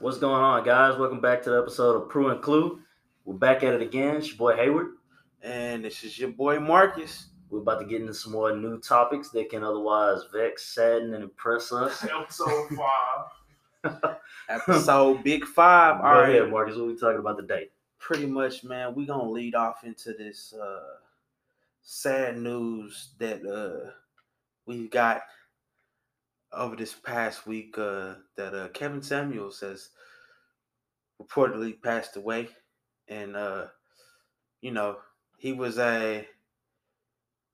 What's going on, guys? Welcome back to the episode of Prue and Clue. We're back at it again. It's your boy Hayward. And this is your boy Marcus. We're about to get into some more new topics that can otherwise vex, sadden, and impress us. Episode five. Episode Big Five. All right, Go ahead, Marcus. What we talking about today? pretty much, man, we gonna lead off into this uh sad news that uh we got over this past week uh that uh Kevin Samuels has reportedly passed away and uh you know he was a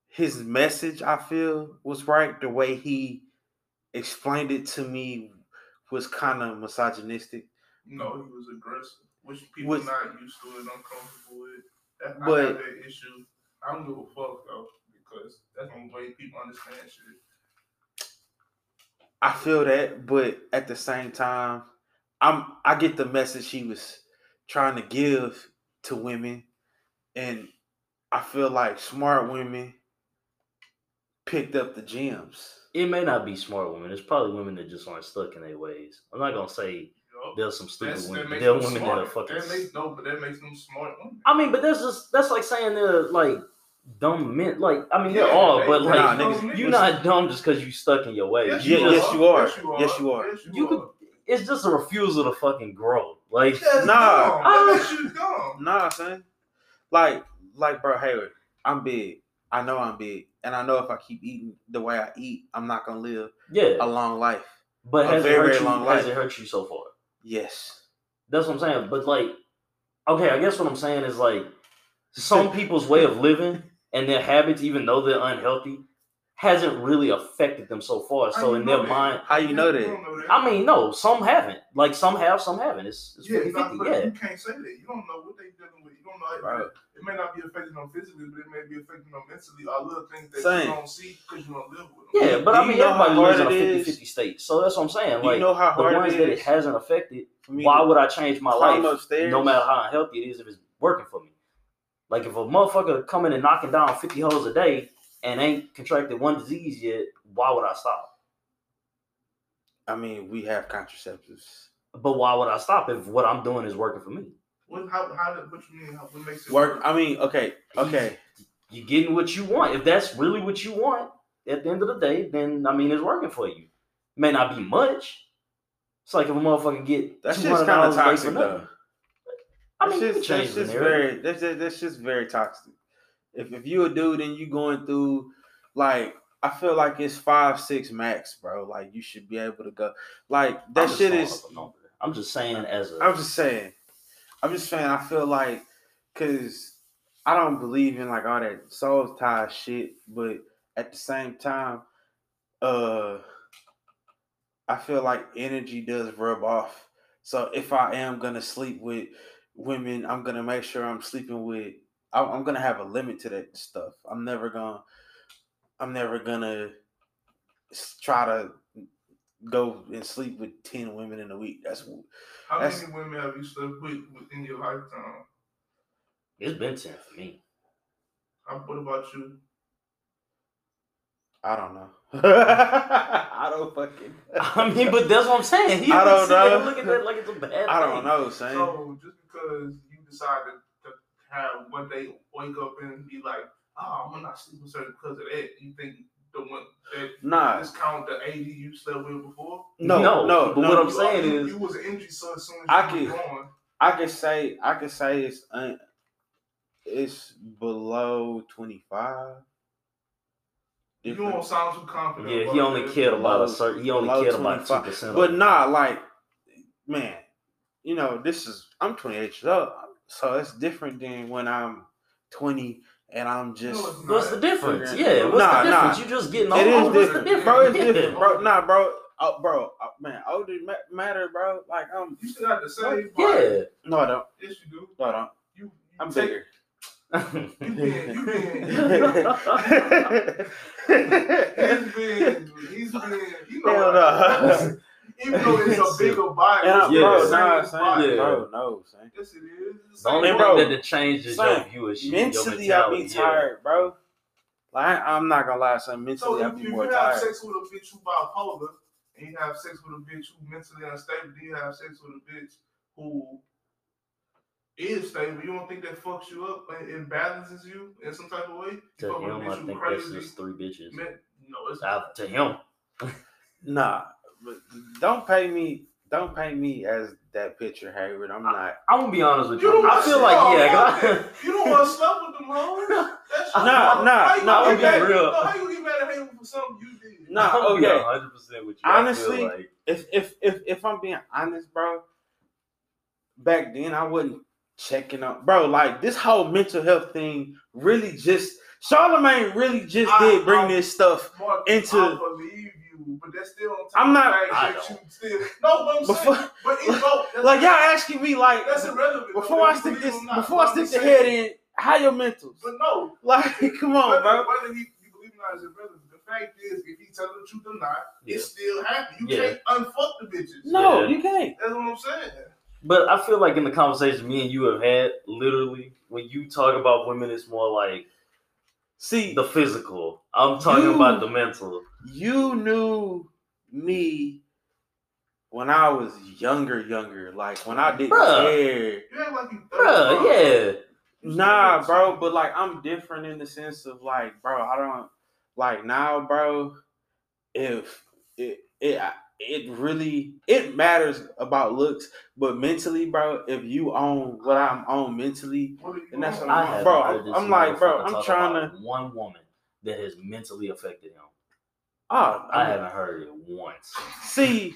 his message I feel was right the way he explained it to me was kind of misogynistic No, he was aggressive, which people Was- not used to and uncomfortable with. That, I But- have that issue. I don't give a fuck though, because that's the only way people understand shit. I feel that, but at the same time, I'm I get the message he was trying to give to women, and I feel like smart women picked up the gems. It may not be smart women. It's probably women that just aren't stuck in their ways. I'm not gonna say Yup. there's some stupid That's, that women. makes There are them women that are smart. fucking. That makes no, but that makes them smart women. I mean, but that's just that's like saying they're like dumb men. Like I mean, they're Yeah, all, they- but they like Nah, dumb niggas, men. you're not dumb just because you stuck in your ways. Yes, You Yeah, just- yes, you are. Yes, Yes, you are. You could- it's just a refusal to fucking grow. Like That's Nah. dumb. That makes you dumb. Nah, son. Like, like, bro, Hayward, I'm big. I know I'm big, and I know if I keep eating the way I eat, I'm not gonna live a yeah, long life. but a has it very, hurt very you? long Has life. it hurt you so far? Yes. That's what I'm saying. But like, okay, I guess what I'm saying is like some people's way of living and their habits, even though they're unhealthy, hasn't really affected them so far. How So you in know their that? mind, How you know that? don't know that. I mean, no, some haven't. Like some have, some haven't. It's, it's yeah, fifty nah, fifty. but yeah. you can't say that. You don't know what they dealing with. You don't know. Bro. It may not be affecting them physically, but it may be affecting them mentally. All little things that Same. you don't see because you don't live with them. Yeah, but Do I you mean, know how everybody lives in a hard it 50 is? 50 state. So that's what I'm saying. Do Like, you know how the hard ones it that is it hasn't affected, for me why to would I change my climb life upstairs? no matter how unhealthy it is if it's working for me? Like, if a motherfucker coming and knocking down 50 holes a day and ain't contracted one disease yet, why would I stop? I mean, we have contraceptives. But why would I stop if what I'm doing is working for me? What? How? How? did- What you mean? How, what makes it Work. I mean, okay, okay. You're getting what you want. If that's really what you want at the end of the day, then I mean, it's working for you. May not be much. It's like if a motherfucker get That's $200 just kind a of day for toxic, nothing. though. I mean, you that's can just, change that's the just narrative. very that's just, that's just very toxic. If if you a dude and you going through, like I feel like it's five six max, bro. Like you should be able to go. Like I'm that just shit throwing is. up a number. I'm just saying as a. I'm just saying. I'm just saying. I feel like because I don't believe in like all that soul tie shit, but at the same time, uh, I feel like energy does rub off. So if I am gonna sleep with women, I'm gonna make sure I'm sleeping with. I'm, I'm gonna have a limit to that stuff. I'm never gonna. I'm never gonna s- try to go and sleep with ten women in a week. That's How That's- many women have you slept with within your lifetime? it's been ten for me. How, what about you? I don't know. I don't fucking. I mean, but that's what I'm saying. He I didn't don't sit there know. and Look at that like it's a bad. I don't thing. know, son. So just because you decided to have one day wake up and be like, oh, I'm not sleeping with certain because of that, you think the one that nah, discount the 80 you slept with before? no, no, no. but what I'm You- saying you, is- you was an injury so as soon as I you can- were born. I could say, I could say it's un, it's below twenty five. You don't sound too confident. Yeah, about he only that. cared about Low- a certain. He only low cared about two 25. percent. But nah, like, man, you know, this is I'm 28 years old, so it's different than when I'm 20 and I'm just. No, it's not. what's the difference? Nah, Yeah, what's nah. the difference? You just getting It old. is What's different, the bro. It's difference? Yeah. different, bro. Nah, bro. Oh, bro, oh, man, older ma- matter, bro. Like, um, You still got the same body. Yeah. no, I don't, Yes, you do. no, I don't. You, you I'm take- bigger. You been, you been, you and He's been, he's been, you Hell know, no. even though it's a bigger body, I'm, it's bro, Yeah. the nah, same son, body. Yeah. bro, no, son. Yes, it is. It's the the only same thing bro, that changes is your son, viewership. your Mentally, I mentality, be yeah. tired, bro. Like, I- I'm not gonna lie, son. So Mentally, I if, if be more you have tired. sex with a bitch who bipolar, and you have sex with a bitch who mentally unstable, then you have sex with a bitch who is stable. You don't think that fucks you up and, and balances you in some type of way? To fuck with a him, bitch I who think this crazy. is three bitches. Man, no, it's Uh, to him, Nah, but don't pay me. Don't pay me as that picture, Hayward. I'm not. I'm gonna be honest with You you. don't I feel want- like no, yeah, 'cause fuck I- You don't want to sleep with them hoes. That's Nah, how you- nah, how nah, you gonna I'm get being mad- real. No, how you get mad at him for something you did? Nah, I'm okay. 100 percent with you. I feel Honestly, like- If if if if I'm being honest, bro. Back then, I wasn't checking up, bro. Like this whole mental health thing really just Charlemagne really just I- did bring I- this stuff. Mark, Into- I believe you, but that's still on top I'm of not- the I fact that you still. No, but I'm Before, saying, but it's both. like y'all asking me, like that's irrelevant. though, before whether I you stick believe this, him or not. before I But stick I'm the saying- head in, how your mentals? But no, Like, come on, whether, bro. whether he, you believe or not is irrelevant. The fact is, if he telling the truth or not, it's still happening. You Yeah. can't unfuck the bitches. No, Yeah. you can't. That's what I'm saying. But I feel like in the conversation me and you have had, literally, when you talk about women, it's more like See, the physical. I'm talking You- about the mental. you knew me when I was younger, younger. Like when I didn't Bruh. care. You act like you. Bruh, yeah. Nah, bro. But like, I'm different in the sense of like, bro. I don't like now, bro. If it it I- it really it matters about looks, but mentally, bro. If you own what I'm on mentally, What are you And that's doing? what I I'm- have bro, heard I'm- this I'm like, bro, motherfucker I'm talk trying about one woman that has mentally affected him. oh, I haven't heard it once. see.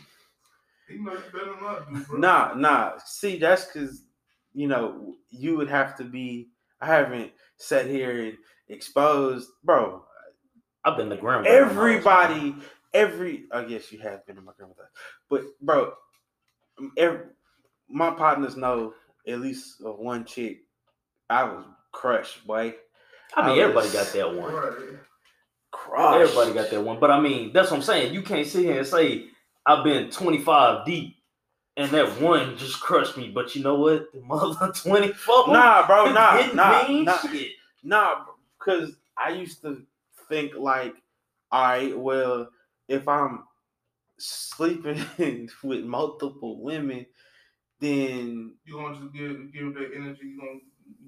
He knows you better than I do, bro. Nah, nah. See, that's because you know you would have to be. I haven't sat here and exposed, bro. I've been the grandma. Everybody, every. I guess you have been to my grandmother's, but bro, every, my partners know at least of one chick. I was crushed, boy. I mean, I everybody was- got that one. Right. Crushed. Everybody got that one. But I mean, that's what I'm saying. You can't sit here and say I've been 25 deep. And that one just crushed me, but you know what? The mother 24. Nah, bro, nah, Didn't nah, mean nah. shit. Nah, because I used to think like, all right, well, if I'm sleeping with multiple women, then You gonna just give give that energy? You gonna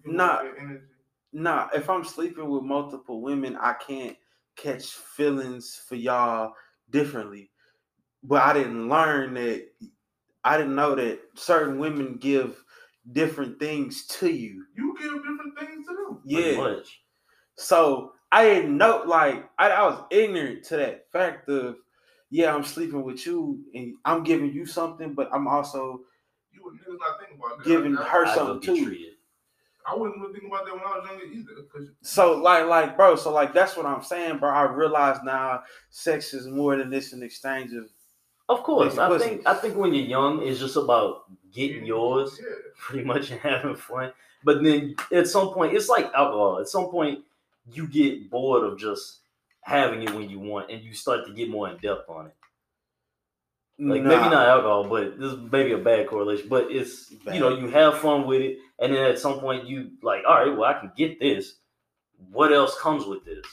give Nah. that energy? nah, if I'm sleeping with multiple women, I can't catch feelings for y'all differently. But I didn't learn that. I didn't know that certain women give different things to you. You give different things to them. Pretty Yeah. much. So I didn't know, like, I, I was ignorant to that fact of, yeah, I'm sleeping with you and I'm giving you something, but I'm also, You would niggas not think about that. Giving I, her- Or I go something, get too. treated. I wouldn't really think about that when I was younger either. Cause so, like, like, bro, so, like, that's what I'm saying, bro. I realize now sex is more than this an exchange of, Of course, Making I pussy. think I think when you're young, it's just about Mm-hmm. getting yours, Yeah. pretty much, and having fun. But then at some point, it's like alcohol. At some point, you get bored of just having it when you want, and you start to get more in depth on it. Like maybe Nah. not alcohol, but this is maybe a bad correlation. But it's Bad. you know you have fun with it, and then at some point you like, all right, well I can get this. What else comes with this?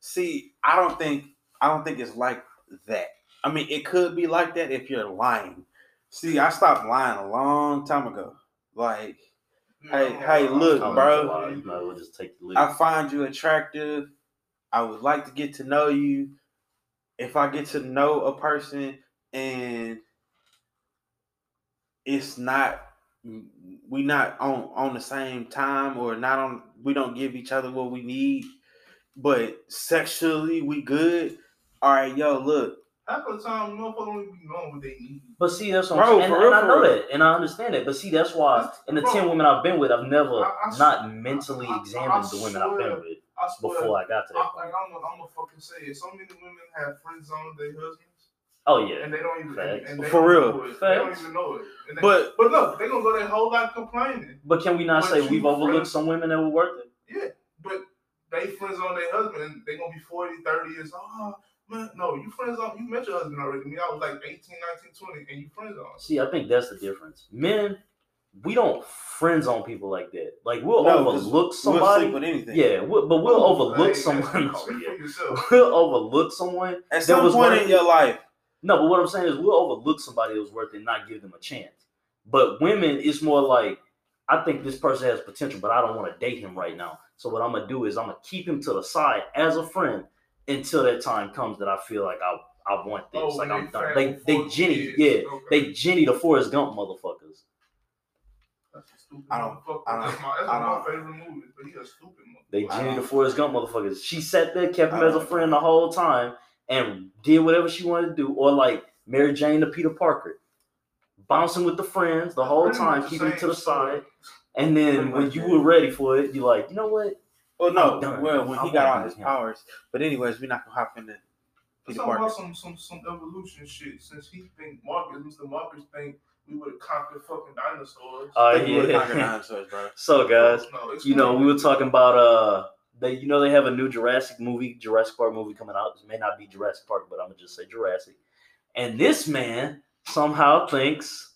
See, I don't think, I don't think it's like that. I mean, it could be like that if you're lying. See, I stopped lying a long time ago. Like, Hey, hey, look, I don't bro. know why, you might as well just take the lead. I find you attractive. I would like to get to know you. If I get to know a person and it's not we not on on the same time or not on we don't give each other what we need, but sexually we good. All right, yo, look, Half of the time, motherfuckers don't be knowing what they need. But see, that's what Bro, I'm saying. for And, real, and I for know real. that, and I understand that. But see, that's why in the Bro. ten women I've been with, I've never I- I- not mentally I- I- examined I the women I've swear. been with I swear. before I got to that I, and point. I'm, gonna- I'm gonna fucking say it. So many women have friend zoned their husbands, Oh yeah, and they don't even. and- Facts. And they For don't real. know it. They don't Facts. even know it. And they, but but look, they gonna go their whole life complaining. but can we not But say you we've overlooked friend- some women that were worth it? But they friends on their husband, and they gonna be 40, 30 years. Oh man, no, you friends on. You met your husband already. Me, I was like 18, 19, 20, and you friends on. See, I think that's the difference. Men, we don't friend zone people like that. Like we'll No, 'cause overlook we'll somebody. sleep with anything. yeah, we but we'll overlook Hey, someone. Speak for yourself. we'll overlook someone. At some was point one- in your life, No, but what I'm saying is we'll overlook somebody else's worth and not give them a chance. But women, it's more like I think this person has potential, but I don't want to date him right now. So what I'm gonna do is I'm gonna keep him to the side as a friend until that time comes that I feel like I I want this. Oh, like they I'm done. fat They they before Jenny, kids. yeah, Okay. they Jenny the Forrest Gump motherfuckers. That's a stupid I don't- motherfucker. I don't- That's, my, that's I one of my don't- favorite movies, but he a stupid motherfucker. They I Jenny the don't- Forrest Gump motherfuckers. She sat there, kept him I as a don't- friend the whole time, and did whatever she wanted to do, or like Mary Jane to Peter Parker, bouncing with the friends the whole Pretty time, much the keeping it to same the story. side. And then Pretty when much you it. were ready for it, you're like, you know what? Well, oh, no. I'm done. Well, when I he got wanna all be his him. powers. But anyways, we're not gonna hop into It's Peter talking Parker. about some, some some evolution shit. Since he think Marcus, Mr. Marcus think we would have conquered fucking dinosaurs. Oh Think we would've conquered yeah. dinosaurs, bro. so guys, No, it's you know fine. we were talking about uh, they you know they have a new Jurassic movie, Jurassic Park movie coming out. It may not be Jurassic Park, but I'm gonna just say Jurassic. And this man somehow thinks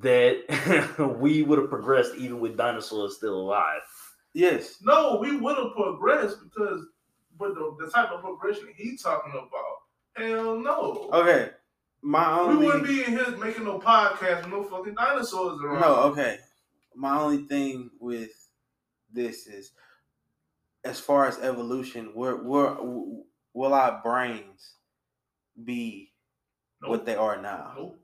that we would have progressed even with dinosaurs still alive. Yes. No, we would have progressed because, but the, the type of progression he talking about, hell no. Okay. My we only. wouldn't be in here making no podcast with no fucking dinosaurs around. No, okay. My only thing with this is, as far as evolution, where where will our brains be Nope. what they are now? Nope.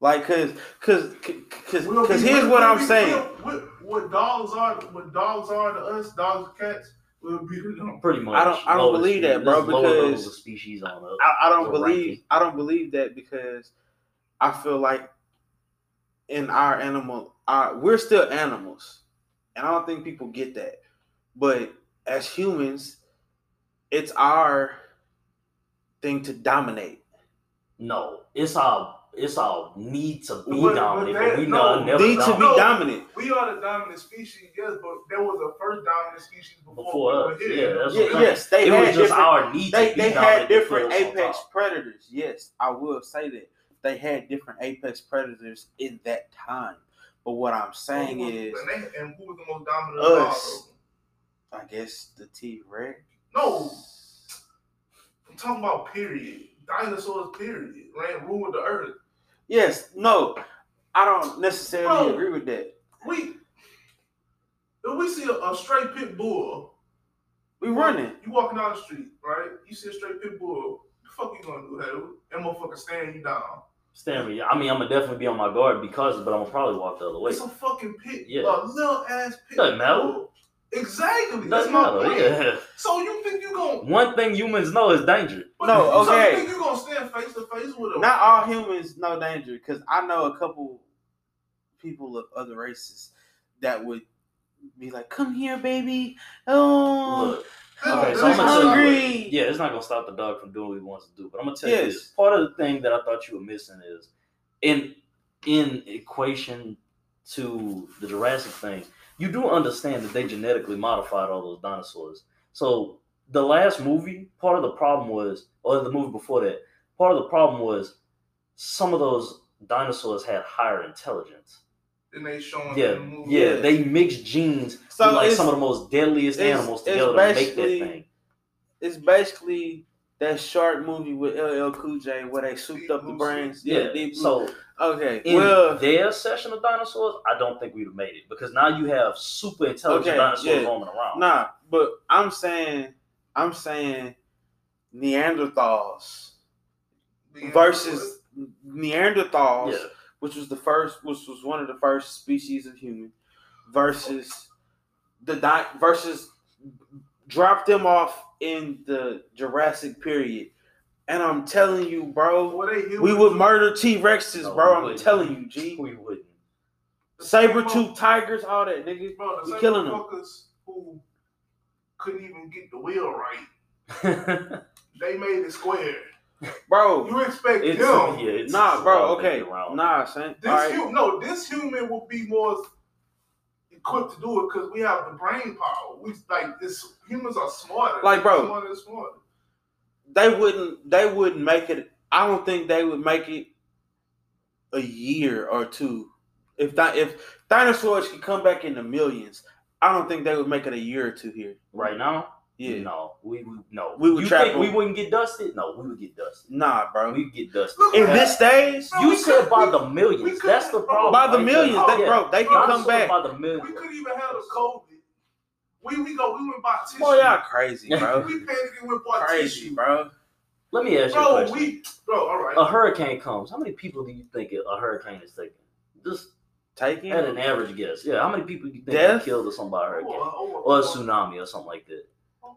Like, cause, cause, c- cause, We'll cause be- here's what we'll I'm be- saying. we'll- What, what dogs are, what dogs are to us, dogs and cats, will be to them. Pretty much. I don't- I don't Lower believe that, species- bro, let's lower the- because the species on us. I, I don't We're believe ranking. I don't believe that because I feel like in our animal, our, we're still animals, and I don't think people get that. But as humans, it's our thing to dominate. No, it's our it's our need to be What- what dominant, but that- we no, know never need to be dominant. No. dominant. We are the dominant species, yes, but there was a first dominant species before, Before we us, were here. yeah, that's Yeah, what I'm saying. yes, they It had was just different, our need they, to be they had dominant to put different us on apex top. predators. Yes, I will say that they had different apex predators in that time. But what I'm saying Who was- is, and, they, and who was the most dominant? Us. dog? I guess the T Rex. No, I'm talking about period. Dinosaurs, period, right? Ruled the earth. Yes, no, I don't necessarily Bro. agree with that. We, if we see a, a stray pit bull, We running. You walking down the street, right? You see a stray pit bull. The fuck you gonna do, Hell? That motherfucker staring you down. Stand me. I mean, I'm gonna definitely be on my guard because, but I'm gonna probably walk the other way. It's a fucking pit, Yeah. a little ass pit. Doesn't matter. bull. Exactly. That's Doesn't my matter. point. Yeah. So you think you gonna? One thing humans know is danger. No, So okay. you think you gonna stand face to face with a? Not all humans no danger, because I know a couple people of other races that would be like, "Come here, baby. Oh, Look, Hell, Okay, that so I'm I'm ain't gonna tell you- hungry. hungry." yeah, it's not gonna stop the dog from doing what he wants to do. But I'm gonna tell you Yes. this: part of the thing that I thought you were missing is in in equation to the Jurassic thing. You do understand that they genetically modified all those dinosaurs. So the last movie, part of the problem was, or the movie before that, part of the problem was some of those dinosaurs had higher intelligence. And they showing Yeah, in the movie. yeah, they mixed genes So with like it's- some of the most deadliest it's- animals it's together to make that basically- thing. It's basically that shark movie with LL Cool J where they souped Deep up the Blue brains. Yeah. Deep Blue. so okay, in well, their session of dinosaurs, I don't think we'd have made it because now you have super intelligent Okay, dinosaurs yeah. roaming around. nah, but I'm saying, I'm saying, Neanderthals. Being- versus Neanderthals, yeah, which was the first, which was one of the first species of human, versus the di- versus drop them off in the Jurassic period, and I'm telling you, bro, Were they humans? we would murder T Rexes, No, bro. we I'm wouldn't. telling you, G. we wouldn't. The same Saber tooth tigers, all that, nigga. Bro, the We same killing 'em. motherfuckers who couldn't even get the wheel right. They made it square. Bro, You expect it's, them? yeah, it's nah, it's bro, wild to okay, get around. nah, son. This All right, human, no, this human will be more equipped to do it because we have the brain power. We like this. Humans are smarter. Like, bro. smarter, and smarter. they wouldn't, they wouldn't make it. I don't think they would make it a year or two. If di- if dinosaurs could come back in the millions, I don't think they would make it a year or two here. Right now, Yeah. No, we, we no. We would you trap think we on- wouldn't get dusted? No, we would get dusted. Nah, bro. We would get dusted. Look In at this stage, Bro, we you said could- by we- the millions. could- That's the problem. by the right millions, there. Oh, they, bro, they I'm can come back. saying By the We millions. couldn't even have a COVID. We we go we went by tissue. Boy, y'all crazy, bro. We panicked and went by crazy, tissue. bro. Let me ask you a Bro, question. we bro, all Oh, right. a hurricane comes. How many people do you think a hurricane is taking? Just Taking at an average guess. Yeah, how many people do you think Death? got killed or something by a hurricane? oh, Or a tsunami or something like that.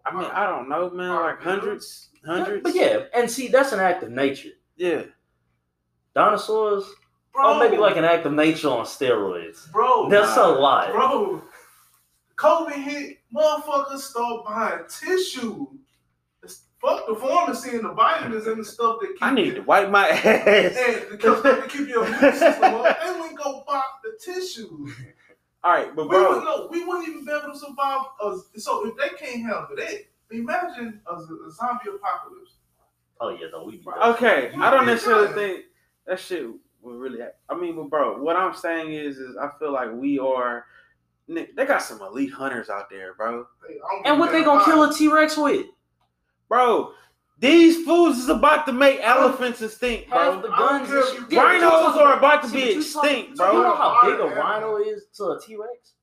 I mean, I don't know, man. Like hundreds, hundreds. But yeah, and see, that's an act of nature. yeah. Dinosaurs, bro, or maybe like an act of nature on steroids. bro, That's a lot. Oh, bro. COVID hit, motherfuckers start buying tissue. It's- Fuck the pharmacy and the vitamins and the stuff that keep I need to you, wipe my ass. and the stuff that keep your immune system up. They wouldn't go buy the tissue. All right, but We would, bro, no, we wouldn't even be able to survive. A, so if they can't handle it, imagine a, a zombie apocalypse. Oh yeah, no, we be done. okay. I don't Yeah. necessarily think that shit would really. Happen. I mean, but bro, what I'm saying is, is I feel like we are. Nick, They got some elite hunters out there, bro. Hey, I don't And what give they a gonna damn. kill a T Rex with? Bro, these fools is about to make elephants extinct, bro. Half the I don't guns care and if shit. you- Yeah, but you Rhinos talking are about to see, be but you talking- extinct, You know bro. how big a Alright, rhino is to a T Rex?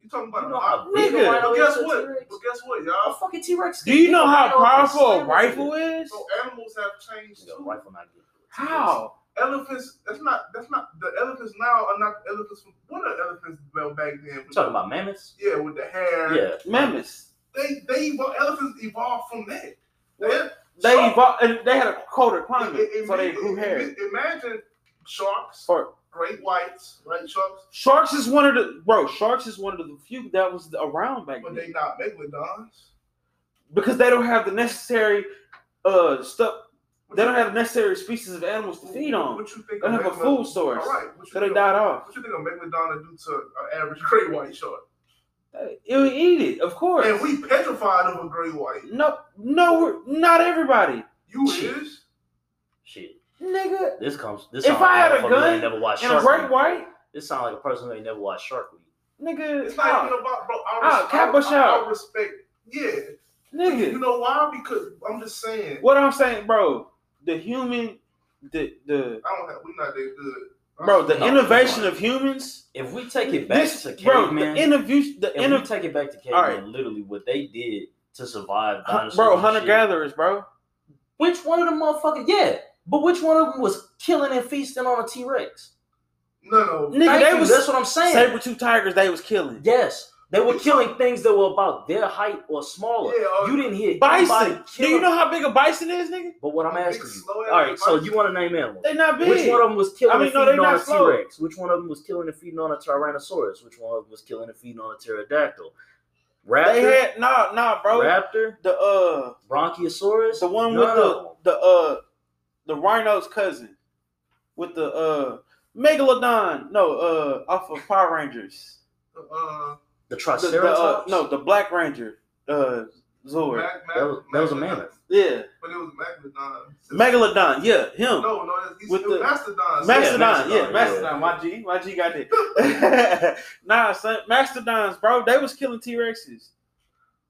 You talking You about know a how lot. big a Nigga, rhino But is guess to a what? T Rex? But guess what, A y'all? fucking T Rex. Do you know how powerful a rifle is? So animals have changed Yeah, too. rifle not good. How? Elephants. That's not. That's not. The elephants now are not the elephants from. What are the elephants well back then? You talking about mammoths? Yeah, with the hair. Yeah. Mammoths. They they evol- elephants evolved from that. They, They Shark- evolved, and they had a colder it- climate, it- so they it- grew it- hair. it- Imagine sharks, Or- great whites, right? Sharks, Sharks is one of the bro. Sharks is one of the few that was around back but they then not megalodons. because they don't have the necessary uh stuff. They don't have the necessary species of animals to feed on. What you think? They don't of have a megalod- food source, All right. What you, so they think died of, off. what you think a megalodon would do to an average great white shark? It would eat it, of course. And we petrified of a great white. no, no, we're, not everybody, You Shit. is. Shit. nigga. This comes. This If sound like I had a motherfucker who gun ain't never watched And a Shark great Week. white This sound like a person who ain't never watched Shark Week. nigga, It's not ah, even about bro. I, Ah, res- cat I- bush I- I out. respect. Yeah. You nigga. know why? Because I'm just saying. What I'm saying, bro, the human, the the I don't have. We're not that good. bro, the No, innovation no. of humans. If we take it back this- to bro, caveman, the interview, the if inter- we take it back to All right. caveman, literally what they did to survive dinosaurs. bro, and hunter shit. gatherers, bro. Which one of them motherfuckers? Yeah, but which one of them was killing and feasting on a T Rex? No, no. Nigga, they was that's what I'm saying. saber tooth tigers. They was killing yes, they were killing things that were about their height or smaller. Yeah, uh, you didn't hear bison. anybody Do killing- you know how big a bison is, nigga? But what I'm Big asking you. slow ass All right, so bison. you want to name animals? They not big. Which one of them was killing I mean, and no, feeding they on a not slow. T-Rex? Which one of them was killing and feeding on a Tyrannosaurus? Which one of them was killing and feeding on a Pterodactyl? Raptor, they had nah, nah, bro. Raptor, The uh, Bronchiosaurus. the one None with of the them. the uh, the rhino's cousin, with the uh, megalodon. No, uh, off of Power Rangers. Uh, The, the, the uh, Triceratops. no, the Black Ranger. Uh, Zord. Mac, Mac, That was- that was a Magalodon. mammoth. Yeah, But it was Megalodon. megalodon. Yeah, him. No, no, it's, it's With it was the- Mastodon. Mastodon, Mastodon, yeah, yeah. Mastodon. My G, my G got it. nah, son, Mastodons, bro. They was killing T Rexes.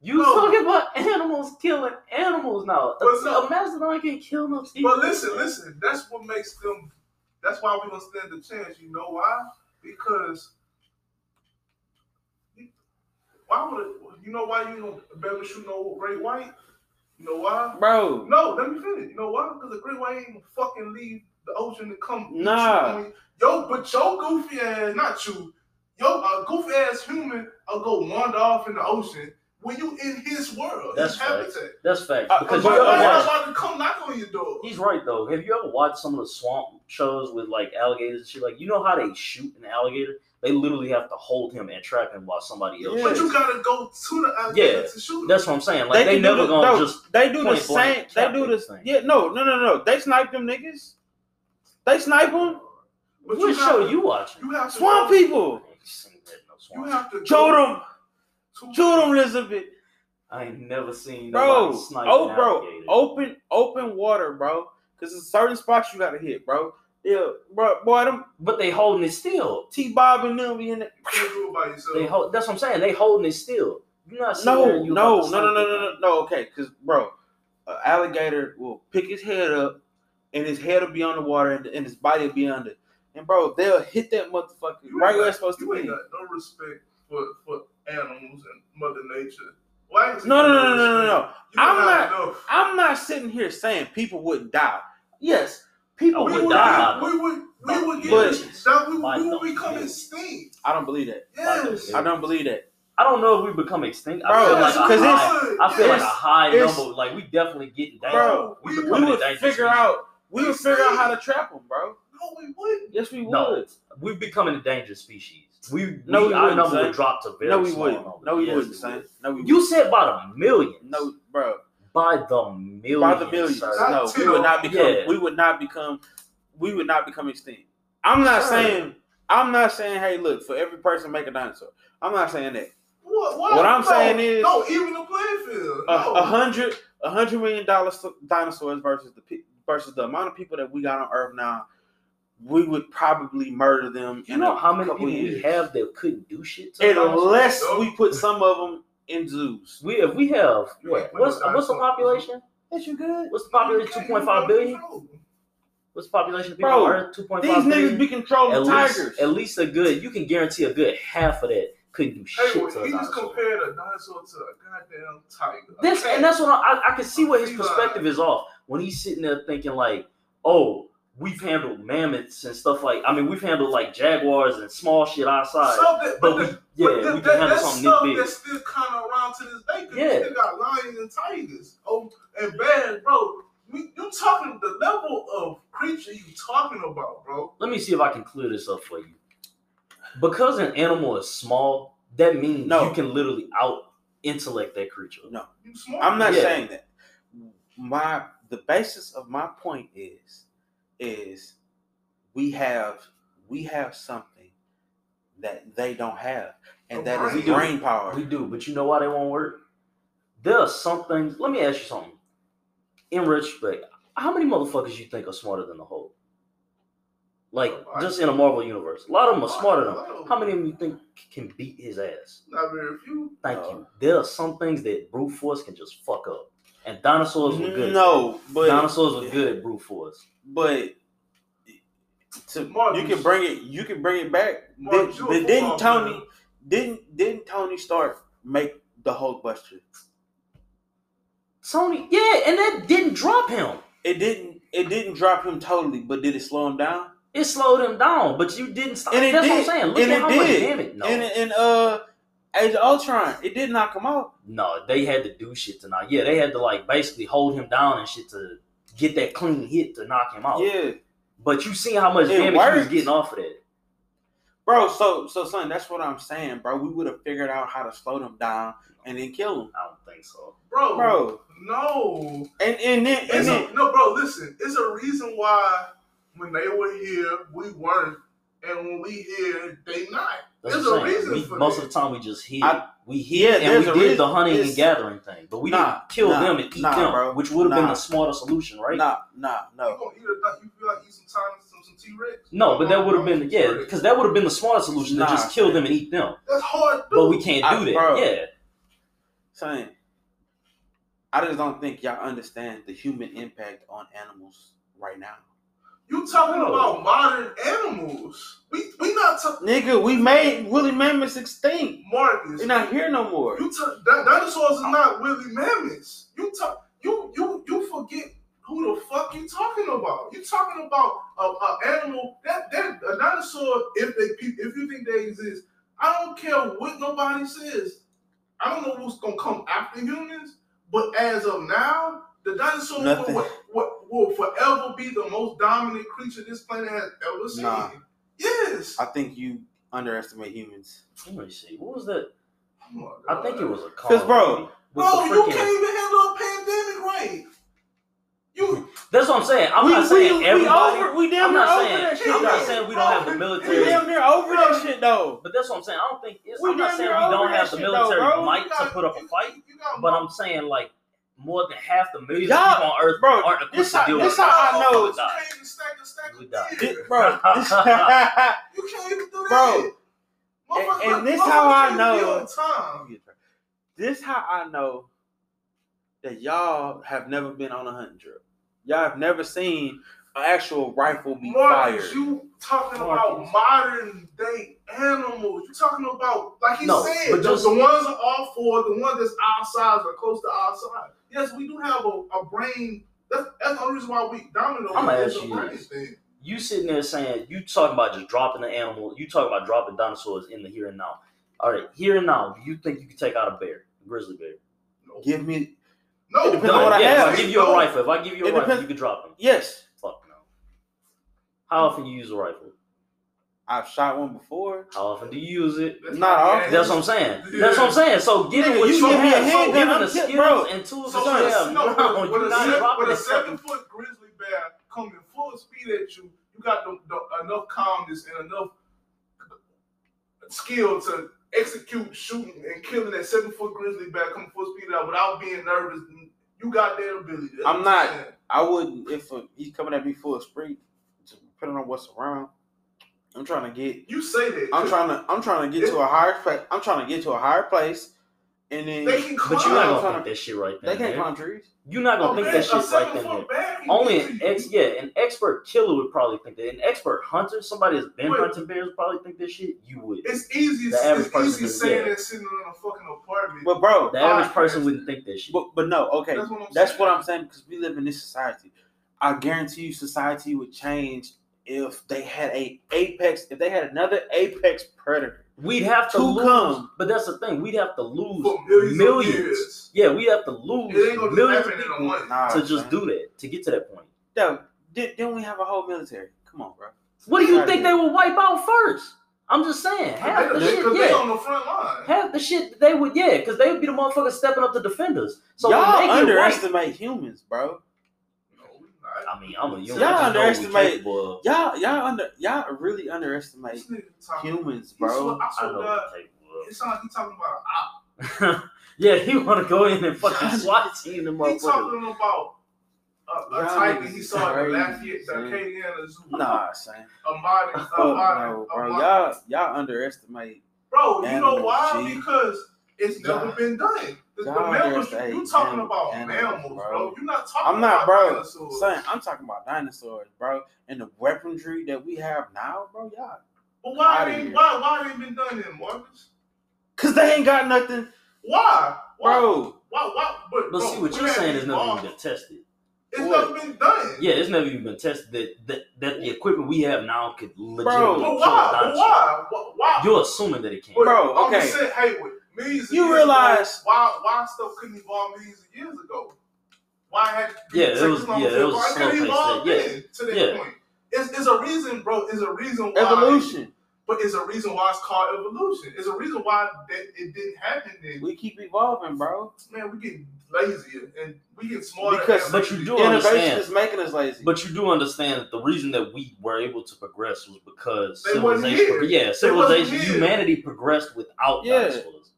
you No. talking about animals killing animals now? A, But no. a mastodon can't kill no T-Rex. But listen, listen. That's what makes them. That's why we gonna stand the chance. You know why? Because why would you know why you gonna better shoot no great white? You know why? Bro, No, let me finish. You know why? Because the great white ain't gonna fucking leave the ocean to come. eat you, Nah. homie. Yo, but your goofy ass, not you. Yo, a goofy ass human will go wander off in the ocean when you in his world, That's his facts. habitat. That's fact. Uh, Because But you but- ever nobody watched- about to come knock on your door. He's right though. Have you ever watched some of the swamp shows with like alligators and shit? Like you know how they shoot an alligator? They literally have to hold him and trap him while somebody else. Yeah. But shoots. you gotta go to the alligator Yeah, to shoot him. That's what I'm saying. Like can they, do never the- gonna no, just They do the point blank same. They cap do this this. thing. Yeah, no, no, no, no. They snipe them niggas. They snipe them. But what show gotta- you watching? You have to Swamp go, people. I ain't seen that no You swamp. have to Shoot go them. to- Shoot them, Elizabeth. I ain't never seen nobody Bro. snipe Oh, an bro. alligator. Open, open water, bro. Because there's certain spots you got to hit, bro. Yeah, bro. Boy, them But they holding it still. T Bob and them be in the You can't do it by They yourself. hold. That's what I'm saying. They holding it still. You're not sitting No, there and you no, no, like, no, no, no, no, no. Okay, because bro, an alligator will pick his head up, and his head will be on the water, and, and his body will be under. And bro, they'll hit that motherfucker You right where ain't got- it's supposed You to ain't be. got no respect for, for animals and Mother Nature. Why is No, there no, no, no, no, no, respect? no. You don't I'm have enough. I'm not sitting here saying people wouldn't die. Yes, people I We would would die. die. would, we would, we would get But- that we, Like we would the become bitch. extinct. I don't believe that. Yes. I don't believe that. I don't know if we become extinct. I Bro, feel like because a it's- high, I feel like a high it's- number. Like we definitely getting down. Bro, we we We becoming would a dangerous figure species. out. We would It's figure out me. how to trap them, bro. No, we wouldn't. Yes, we would. No. We becoming a dangerous species. We, No, we, we our wouldn't, number son. would drop to very No, we small wouldn't. number. No, we Yes, wouldn't, it son. would. No, we wouldn't. You said by the millions. No, bro. by the millions. By the millions. sir. Not No, we two. would not become. Yeah. We would not become. We would not become extinct. I'm not Sure. saying. I'm not saying. Hey, look. For every person, make a dinosaur. I'm not saying that. What, What I'm no, saying is- no, even the playing field. A, no. Oh. a hundred. A hundred million dollars dinosaurs versus the pe- versus the amount of people that we got on Earth now. We would probably murder them. You in know a how many couple people years. we have that couldn't do shit. to us? Unless we put some of them in zoos. we if we have You what ain't put what's no what's the dinosaurs. population? That you good? What's the population? Two Okay, point five billion. no. What's the population of people Bro, on Earth? Two point These five niggas billion. be controlling At tigers. least, at least a good. You can guarantee a good half of that couldn't do Hey, shit well, to a he just dinosaur. compared a dinosaur to a goddamn tiger. This Okay. and that's what I, I, I can see where his Feline. perspective is off when he's sitting there thinking like, oh, we've handled mammoths and stuff like. I mean, we've handled like jaguars and small shit outside, something, but the- we yeah the- we that- can handle that's something stuff this big. That's still kind of around to this day. 'cause you Yeah. still got lions and tigers. Oh, and bears, bro. We, you talking the level of creature you talking about, bro? Let me see if I can clear this up for you. Because an animal is small, that means No. you can literally out intellect that creature. You smart. I'm not Yeah. saying that. My the basis of my point is is we have we have something that they don't have, and that is Right. brain power. We do, but you know why they won't work? There are some things. Let me ask you something. In retrospect, how many motherfuckers you think are smarter than the Hulk? Like Nobody. just in a Marvel universe, a lot of them are smarter than him. Hello. How many of them you think c- can beat his ass? Not very few. Thank No. you. There are some things that brute force can just fuck up, and dinosaurs were good. No, but dinosaurs were good at brute force. but to, you Marcus. can bring it. You can bring it back. Marcus, Did, you a but didn't football Tony? player. Didn't didn't Tony Stark make the Hulkbuster? Sony, yeah, and that didn't drop him. It didn't. It didn't drop him totally, but did it slow him down? It slowed him down, but you didn't stop. And it That's did. what I'm saying. Look And at it how much did. damage. No, And and uh, Age of Ultron, it did knock him out. no, they had to do shit tonight. Yeah, they had to like basically hold him down and shit to get that clean hit to knock him out. Yeah, But you seen how much It damage he was worked. getting off of that. bro. So so son, that's what I'm saying, bro. We would have figured out how to slow them down and then kill them, I don't think so. bro. bro. No. And and then and It's then a, no, bro. Listen, it's a reason why when they were here, we weren't, and when we here, they not. That's There's what a I'm saying. reason We- for most that. of the time we just hit. I- we hit Yeah, and we there's did a reason. the hunting It's- and gathering thing, but we Nah, didn't kill nah, them and eat nah, them, bro. which would have been Nah. the smarter solution, right? nah nah You no. gonna eat a di- You feel like eat some time some some T Rex? No, but that would have been yeah, because that would have been the smarter solution Nah, to just kill son. them and eat them. That's hard. But we dude. can't I- do that. bro. Yeah. Son, I just don't think y'all understand the human impact on animals right now, You talking No. about modern animals? We we not talking nigga. We made Willie Mammoth extinct. Marcus. They're not here no more. You ta- di- dinosaurs are not really mammoths. You talk. You you you forget who the fuck you talking about. You talking about a, a animal that that a dinosaur. If they pe- if you think they exist, I don't care what nobody says. I don't know who's gonna come after humans, but as of now, the dinosaur will, Nothing. will- will, will forever be the most dominant creature this planet has ever seen. Nah. Yes. I think you underestimate humans. Let me see. What was that? Oh my I think it God. was a car. 'Cause, bro, movie with Bro, the you freaking- can't even handle a pandemic right. You, That's what I'm saying. I'm we, not saying we, everybody. We, over, we damn I'm near not over saying. that shit. I'm not though. saying we don't have the We military. damn near over that shit though. But that's what I'm saying. I don't think it's. We I'm not damn saying near we don't over that have the shit, though, military bro. might to you got- put up a you- fight. you got But I'm saying like more than half the millions Y'all- of people on Earth bro, aren't this equipped how- to deal this with how that. I know- We You die. can't even stack a stack We of die. Thi- beer. bro, this, and, You can't even do Bro, that. Motherfuckers and like- this how I motherfuckers can't be know. on time. This how I know that y'all have never been on a hunt trip. Y'all have never seen an actual rifle be Marcus, fired. you talking Marcus. about modern day animals. You talking about like he No, said, but the- just- the ones on all four, the ones that's our size or close to our size. Yes, we do have a, a brain. That's, that's the only reason why we dominate. I'ma It's ask a you brain this. thing. You sitting there saying you talking about just dropping the animal. You talking about dropping dinosaurs in the here and now. All right, here and now. Do you think you can take out a bear, grizzly bear? No, Give me no It depends on Done. what I yeah, have. If I give you No. a rifle, if I give you a It rifle, depends- you can drop him. yes. Fuck no. How often you use a rifle? I've shot one before. How often do you use it? That's Not not- all. That's what I'm saying. That's what I'm saying. So give it Nigga, what you you, give me a have. So handgun, given I'm the kid- skills bro. and tools So that you Yes. have, no, no, with, you're a, not seven, dropping with a that fucking- seven foot grizzly bear coming full speed at you, you got the, the, enough calmness and enough skill to execute shooting and killing that seven foot grizzly bear coming full speed out without being nervous. You got that ability. That's I'm what not- saying. I wouldn't if uh he's coming at me full sprint, just depending on what's around. I'm trying to get You say that. I'm trying to I'm trying to get to a higher place. I'm trying to get to a higher place and then They can climb. But you're not I'm gonna trying think that shit right they then. can't Oh, man. climb trees. You're not gonna think that shit right then. man. Only an ex, yeah, an expert killer would probably think that. An expert hunter, somebody that's been Wait. hunting bears, would probably think this shit. You would. It's easy. The average It's person easy is saying dead. that sitting in a fucking apartment. But bro, The average podcast. person wouldn't think that shit. but, but no, okay. that's what I'm That's saying. what I'm saying because we live in this society. I guarantee you, society would change if they had a apex. If they had another apex predator We'd have to to lose. come, But that's the thing. We'd have to lose. For millions. of Millions. years. Yeah, we'd have to It lose ain't gonna just millions of happen in a people month. nah, to just man. do that to get to that point. No, then, then we have a whole military. Come on, bro. What do you Gotta think do they will wipe out first? I'm just saying, half the Because shit, they yeah, on the front line. half the shit they would, yeah, because they would be the motherfuckers stepping up to defenders. So when they Y'all get wiped- underestimate humans, bro. No, we not. I mean, I'm a Y'all young. I just know what we underestimate- capable of. Y'all, y'all under, y'all really underestimate This nigga talking. humans, He swear- bro. I I know swear to what God, we capable of. it sounds like he talking about an op. yeah, he want to go in and fucking Y'all- SWAT team the He motherfucker. talking about a, a Y'all tiger niggas he is saw in the crazy, Lafayette, the man. Acadiana Zoo. Nah, son. A modern, Fuck a modern, no, a bro. modern- Y'all, y'all underestimate. Bro, you know Animal, why? G. Because it's never Y'all- been done. The, the y'all mammals, understand you talking animal- about animals, mammals, bro. bro. You're not talking I'm not, about bro. dinosaurs. Son, I'm talking about dinosaurs, bro, and the weaponry that we have now, bro. Y'all But why Outta they, here. why, why they been done then, Marcus? Cause they ain't got nothing, Why? Why? bro. Why? Why? But But, bro, see, what we you're had saying these is never laws. even been tested. It's What? never been done. Yeah, it's never even been tested that that, that the equipment we have now could legitimately Bro, kill But a why? But dinosaur. why? Why? why? You're assuming that it can. But Bro, I'm okay. just saying, hey, with millions. of You years realize- ago, why? Why stuff couldn't evolve millions of years ago? Why had Yeah, it it took was- this long yeah, to it was a evolve? slow couldn't pace evolve thing, yeah. then to that Yeah. point. It's, it's a reason, bro. It's a reason why Evolution. But it's a reason why it's called evolution. It's a reason why that it didn't happen then. We keep evolving, bro. Man, we get lazy and we get smarter. Because- and- But you do Innovation understand. is making us lazy. But you do understand that the reason that we were able to progress was because They wasn't civilization, here. yeah, They wasn't civilization, here. humanity progressed without Yeah. dinosaurs.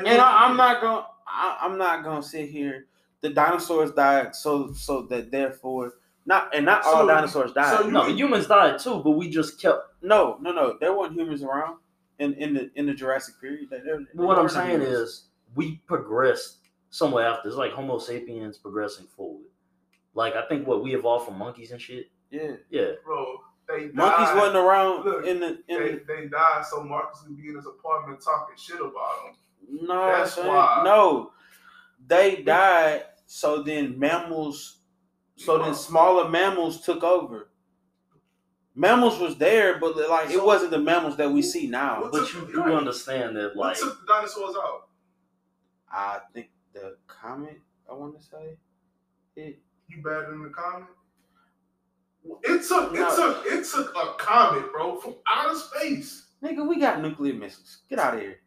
They and I, I'm wouldn't- not gonna, I, I'm not gonna sit here. The dinosaurs died, so so that therefore not and not all So- dinosaurs died. so you- No, humans died too, but we just kept. no, no, no. There weren't humans around in in the in the Jurassic period. They- they- they What I'm weren't saying humans. is, we progressed somewhat after. It's like Homo sapiens progressing forward. Like I think what we evolved from monkeys and shit. yeah, Yeah, bro. They monkeys died. wasn't around Look, in the in. they, the they died so Marcus could be in his apartment talking shit about him. No, That's son. why. no. They died, so then mammals, so then smaller mammals took over. Mammals was there, but like it wasn't the mammals that we see now. What but you do understand that What like took the dinosaurs out? I think the comet, I want to say, it. You better than the comet? It took No. it took it took a comet, bro, from outer space. Nigga, we got nuclear missiles. Get out of here.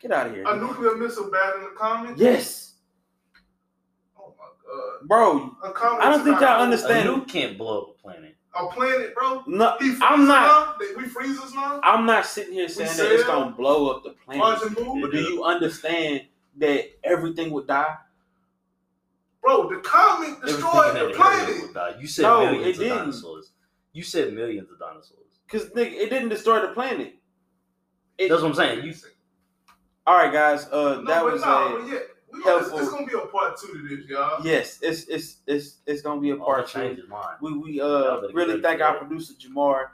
Get out of here. A nuclear missile better than the comet? Yes, Oh my bro. god. A comet I don't took think out y'all a understand. nuke can't blow up a planet. A planet, bro. No, He freezes I'm not. Now? They- We freeze us now? I'm not sitting here saying that said- it's gonna blow up the Mars planet. and moon? But do you understand that everything would die? Bro, the comet Everything destroyed in the that area planet. will die. uh, You said No, it millions of didn't. dinosaurs. You said millions of dinosaurs. Cause nigga, it didn't destroy the planet. It, That's what I'm saying. You All right, guys. Uh, No, that but was nah, a but yeah, we gonna, it's, helpful- it's gonna be a part two to this, y'all. yes. It's it's it's it's gonna be a Part part two. changed his mind. We we That uh was a really good thank our play. producer Jamar